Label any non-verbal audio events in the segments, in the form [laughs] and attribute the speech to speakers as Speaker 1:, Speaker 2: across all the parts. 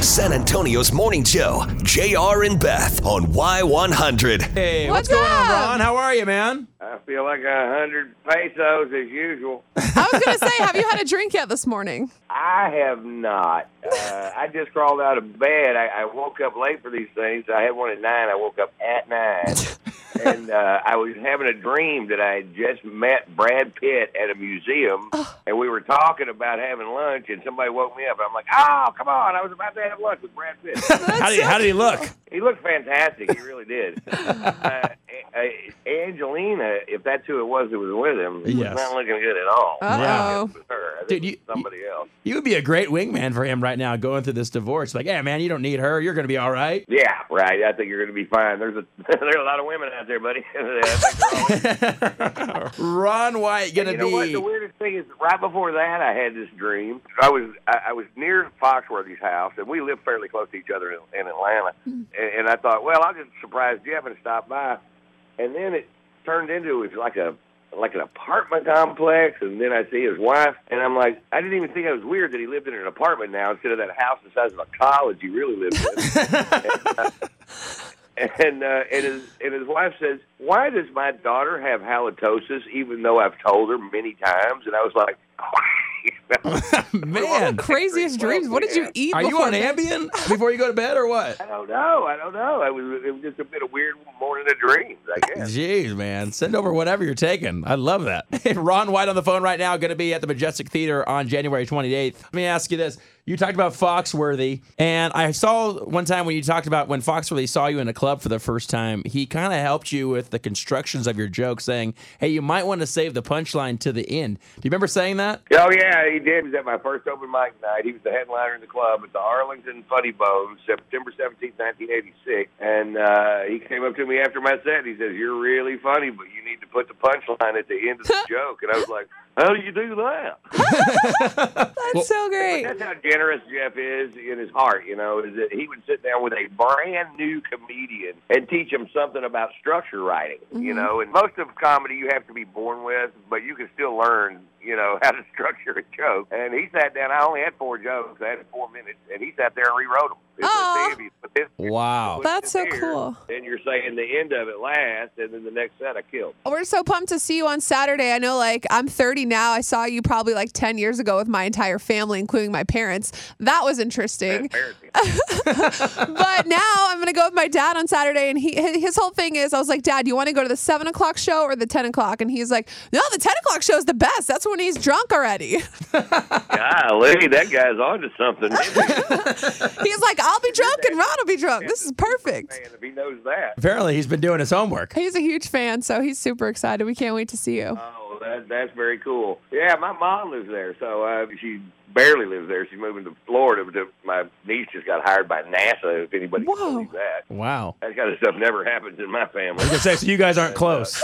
Speaker 1: San Antonio's morning show, JR and Beth on Y100.
Speaker 2: Hey,
Speaker 3: What's
Speaker 2: what's, going on,
Speaker 3: up?
Speaker 2: Ron? How are you, man?
Speaker 4: I feel like a hundred pesos as usual.
Speaker 3: I was going to say, have you
Speaker 2: [laughs]
Speaker 3: had a drink yet this morning?
Speaker 4: I have not. Uh, I just crawled out of bed. I, I woke up late for these things. I had one at nine. I woke up at nine, and uh, I was having a dream that I had just met Brad Pitt at a museum, and we were talking about having lunch. And somebody woke me up. I'm like, "Oh, come on! I was about to have lunch with Brad Pitt."
Speaker 2: [laughs] How did, how did he look?
Speaker 4: He looked fantastic. He really did. uh, A- A- Angelina, if that's who it was that was with him,
Speaker 2: Yes.
Speaker 4: was not looking good at all.
Speaker 3: Uh oh.
Speaker 4: It was her. I think
Speaker 2: Dude, you-
Speaker 4: it was somebody else.
Speaker 2: You would be a great wingman for him right now going through this divorce. Like, hey, man, you don't need her. You're going to be all right.
Speaker 4: Yeah, right. I think you're going to be fine. There's a [laughs] there's a lot of women out there, buddy. [laughs] I think
Speaker 2: [laughs]
Speaker 4: they're all-
Speaker 2: Ron White going to
Speaker 4: you know what?
Speaker 2: be.
Speaker 4: The weirdest thing is, right before that, I had this dream. I was I, I was near Foxworthy's house, and we lived fairly close to each other in, in Atlanta.
Speaker 2: Hmm.
Speaker 4: And, and I thought, well, I'll just surprise Jeff and stop by. And then it turned into it was like a like an apartment complex, and then I see his wife, and I'm like, I didn't even think it was weird that he lived in an apartment now instead of that house the size of a college he really lived in. and uh, and his and his wife says, "Why does my daughter have halitosis, even though I've told her many times?" And I was like, [laughs]
Speaker 2: man,
Speaker 3: Craziest dreams. What did you eat?
Speaker 2: are you
Speaker 3: before
Speaker 2: on
Speaker 3: this?
Speaker 2: Ambien before you go to bed or what?
Speaker 4: "I don't know, I don't know." It was it was just a bit of weird morning of dreams, I
Speaker 2: [laughs]
Speaker 4: guess.
Speaker 2: Jeez, man. Send over whatever you're taking. I love that. [laughs] Ron White on the phone right now, going to be at the Majestic Theater on January 28th. Let me ask you this. You talked about Foxworthy, and I saw one time when you talked about when Foxworthy saw you in a club for the first time, he kind of helped you with the constructions of your joke, saying, hey, you might want to save the punchline to the end. Do you remember saying that?
Speaker 4: Oh yeah, he did. He was at my first open mic night. He was the headliner in the club at the Arlington Funny Bone, September seventeenth, nineteen eighty six. And uh, he came up to me after my set. He says, "You're really funny, but you need to put the punchline at the end of the joke." And I was like, "How do you do that?"
Speaker 3: That's so great.
Speaker 4: That's how generous Jeff is in his heart, you know, is that he would sit down with a brand new comedian and teach him something about structure writing, you know.
Speaker 3: Mm-hmm.
Speaker 4: And most of comedy you have to be born with, but you can still learn, you know, [laughs] how to structure a joke. And he sat down, I only had four jokes, I had four minutes, and he sat there and rewrote them. It was
Speaker 3: Aw.
Speaker 4: Davey, but this-
Speaker 2: Wow.
Speaker 3: That's so
Speaker 4: there,
Speaker 3: cool.
Speaker 4: Then you're saying the end of it last, and then the next set I killed.
Speaker 3: We're so pumped to see you on Saturday. I know, like, I'm 30 now. I saw you probably like 10 years ago with my entire family, including my parents. That was
Speaker 2: [laughs]
Speaker 3: interesting.
Speaker 4: Embarrassing. [laughs]
Speaker 3: but now I'm going to go with my dad on Saturday. And he his whole thing is I was like, Dad, you want to go to the 7 o'clock show or the 10 o'clock? And he's like, No, the 10 o'clock show is the best. That's when he's drunk already. [laughs]
Speaker 4: Golly, that guy's onto something.
Speaker 3: [laughs] he's like, I'll be drunk and Ron will be drunk. This is perfect.
Speaker 4: Man, if he knows that.
Speaker 2: Apparently, he's been doing his homework.
Speaker 3: He's a huge fan, so he's super excited. We can't wait to see
Speaker 2: Uh,
Speaker 3: you.
Speaker 4: Oh, that that's very cool. Yeah, my mom lives there, so uh, she barely lives there. She's moving to Florida. To, my niece just got hired by NASA. If anybody can
Speaker 3: Whoa.
Speaker 4: believe that,
Speaker 2: Wow.
Speaker 4: that kind of stuff never happens in my family.
Speaker 2: I was gonna say, [laughs] so you guys aren't close.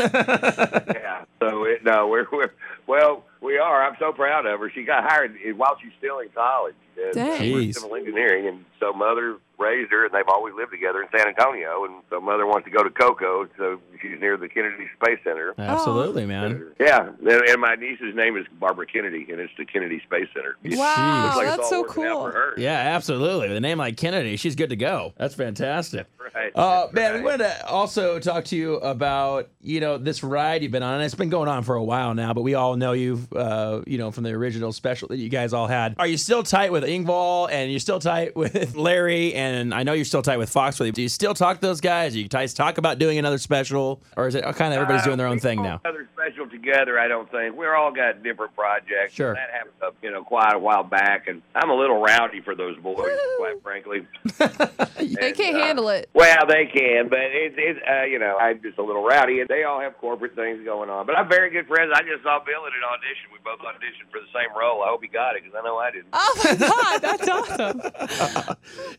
Speaker 4: yeah, so it, no, we're we're well, we are. I'm so proud of her. She got hired while she's still in college. And, uh,
Speaker 3: Dang.
Speaker 4: we're
Speaker 2: Jeez.
Speaker 4: Civil engineering, and so mother raised her, and they've always lived together in San Antonio. And so mother wants to go to Cocoa, so she's near the Kennedy Space Center.
Speaker 2: [laughs] Absolutely, man.
Speaker 4: Yeah, and and my niece's name is Barbara Kennedy, and it's the Kennedy Space Center.
Speaker 3: Wow,
Speaker 4: Looks like it's
Speaker 3: that's
Speaker 4: all
Speaker 3: so
Speaker 4: working out
Speaker 3: cool.
Speaker 4: for her.
Speaker 2: Yeah, absolutely. With a name like Kennedy, she's good to go. That's fantastic.
Speaker 4: [laughs] Right.
Speaker 2: Uh,
Speaker 4: That's
Speaker 2: man, we
Speaker 4: right.
Speaker 2: wanted to also talk to you about you know this ride you've been on, and it's been going on for a while now. But we all know you, uh, you know, from the original special that you guys all had. Are you still tight with Ingval, and you're still tight [laughs] with Larry, and I know you're still tight with Foxworthy. Do you still talk to those guys? Do you guys talk about doing another special, or is it kind of everybody's
Speaker 4: Uh,
Speaker 2: doing their own
Speaker 4: we
Speaker 2: thing
Speaker 4: don't
Speaker 2: now?
Speaker 4: have Another special together, I don't think. We're all got different projects.
Speaker 2: Sure.
Speaker 4: That happened, uh, you know, quite a while back, and I'm a little rowdy for those boys, quite frankly.
Speaker 3: [laughs]
Speaker 4: uh,
Speaker 3: They can't
Speaker 2: uh,
Speaker 3: handle it.
Speaker 4: Well, they can, but it's it's uh, you know I'm just a little rowdy, and they all have corporate things going on. But I'm very good friends. I just saw Bill at an audition. We both auditioned for the same role. I hope he got it because I know I didn't.
Speaker 3: Oh
Speaker 2: [laughs]
Speaker 3: my God, that's awesome.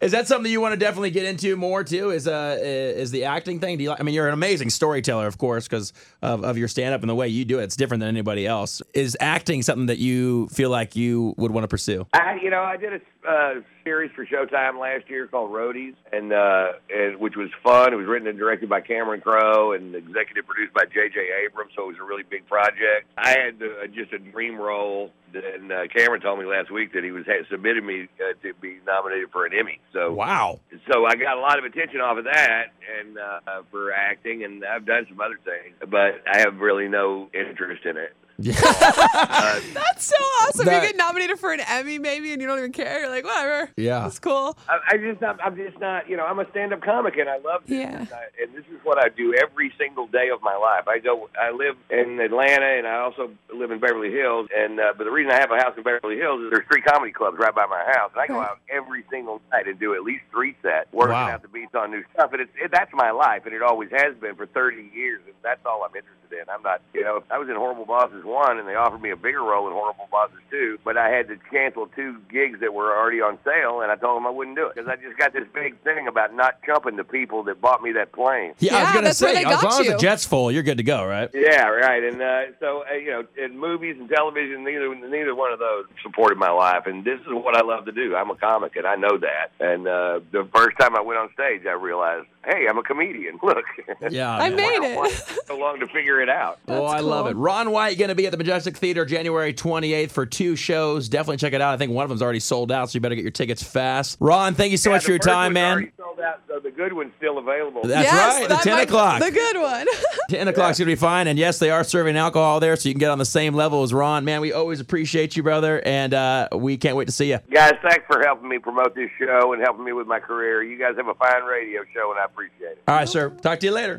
Speaker 2: Is that something you want to definitely get into more too? Is uh is the acting thing? Do you like, I mean, you're an amazing storyteller, of course, because of, of your stand up and the way you do it. It's different than anybody else. Is acting something that you feel like you you would want to pursue?
Speaker 4: I, you know, I did a uh, series for Showtime last year called Roadies, and, uh, and which was fun. It was written and directed by Cameron Crowe and executive produced by J.J. Abrams, so it was a really big project. I had uh, just a dream role, and uh, Cameron told me last week that he was had submitted me uh, to be nominated for an Emmy. So
Speaker 2: Wow.
Speaker 4: so I got a lot of attention off of that and uh, for acting, and I've done some other things, but I have really no interest in it. uh,
Speaker 3: That's so awesome.
Speaker 2: That-
Speaker 3: you get nominated for an Emmy, maybe, and you don't even care. You're like, whatever.
Speaker 2: Yeah.
Speaker 3: That's cool.
Speaker 4: I, I just, I'm, I'm just not, you know, I'm a stand-up comic, and I love this,
Speaker 3: Yeah.
Speaker 4: and, I, and this is what I do every single day of my life. I go, I live in Atlanta, and I also live in Beverly Hills, and uh, but the reason I have a house in Beverly Hills is there's three comedy clubs right by my house, and I go
Speaker 3: Right.
Speaker 4: out every single night and do at least three sets, working
Speaker 2: Wow.
Speaker 4: out the beats on new stuff, and it's it, that's my life, and it always has been for 30 years, and that's all I'm interested in. I'm not, you know, I was in Horrible Bosses one, and they offered me a bigger role in Horrible Bosses two, but I had to cancel two gigs that were already on sale, and I told them I wouldn't do it because I just got this big thing about not chumping the people that bought me that plane.
Speaker 2: Yeah, I was
Speaker 3: Yeah,
Speaker 2: gonna
Speaker 3: that's where
Speaker 2: say,
Speaker 3: they
Speaker 2: as
Speaker 3: got
Speaker 2: long as
Speaker 3: you.
Speaker 2: the jet's full, you're good to go, right?
Speaker 4: Yeah, right. And uh, so, uh, you know, in movies and television, neither neither one of those supported my life. And this is what I love to do. I'm a comic, and I know that. And uh, the first time I went on stage, I realized, hey, I'm a comedian. [laughs] Look,
Speaker 2: Yeah,
Speaker 3: I
Speaker 2: man.
Speaker 3: made
Speaker 4: Wow, why
Speaker 3: it.
Speaker 4: so long to figure it out.
Speaker 2: Oh, I love
Speaker 3: cool.
Speaker 2: it. Ron White going to be at the Majestic Theater January 28th for two shows. Definitely check it out. I think one of them's already sold out, so you better get your tickets fast. Ron, thank you [laughs] so
Speaker 4: Yeah,
Speaker 2: much
Speaker 4: the
Speaker 2: for your
Speaker 4: first
Speaker 2: time,
Speaker 4: one's
Speaker 2: man.
Speaker 4: already Sold out, so the good one's still available.
Speaker 2: That's
Speaker 3: yes,
Speaker 2: right. The
Speaker 3: that
Speaker 2: 10
Speaker 3: might-
Speaker 2: o'clock.
Speaker 3: The good one. [laughs]
Speaker 2: 10 o'clock's going to be fine. And yes, they are serving alcohol there, so you can get on the same level as Ron. Man, we always appreciate you, brother, and uh, we can't wait to see you.
Speaker 4: Guys, thanks for helping me promote this show and helping me with my career. You guys have a fine radio show, and I appreciate it.
Speaker 2: All right, sir. Talk to you later.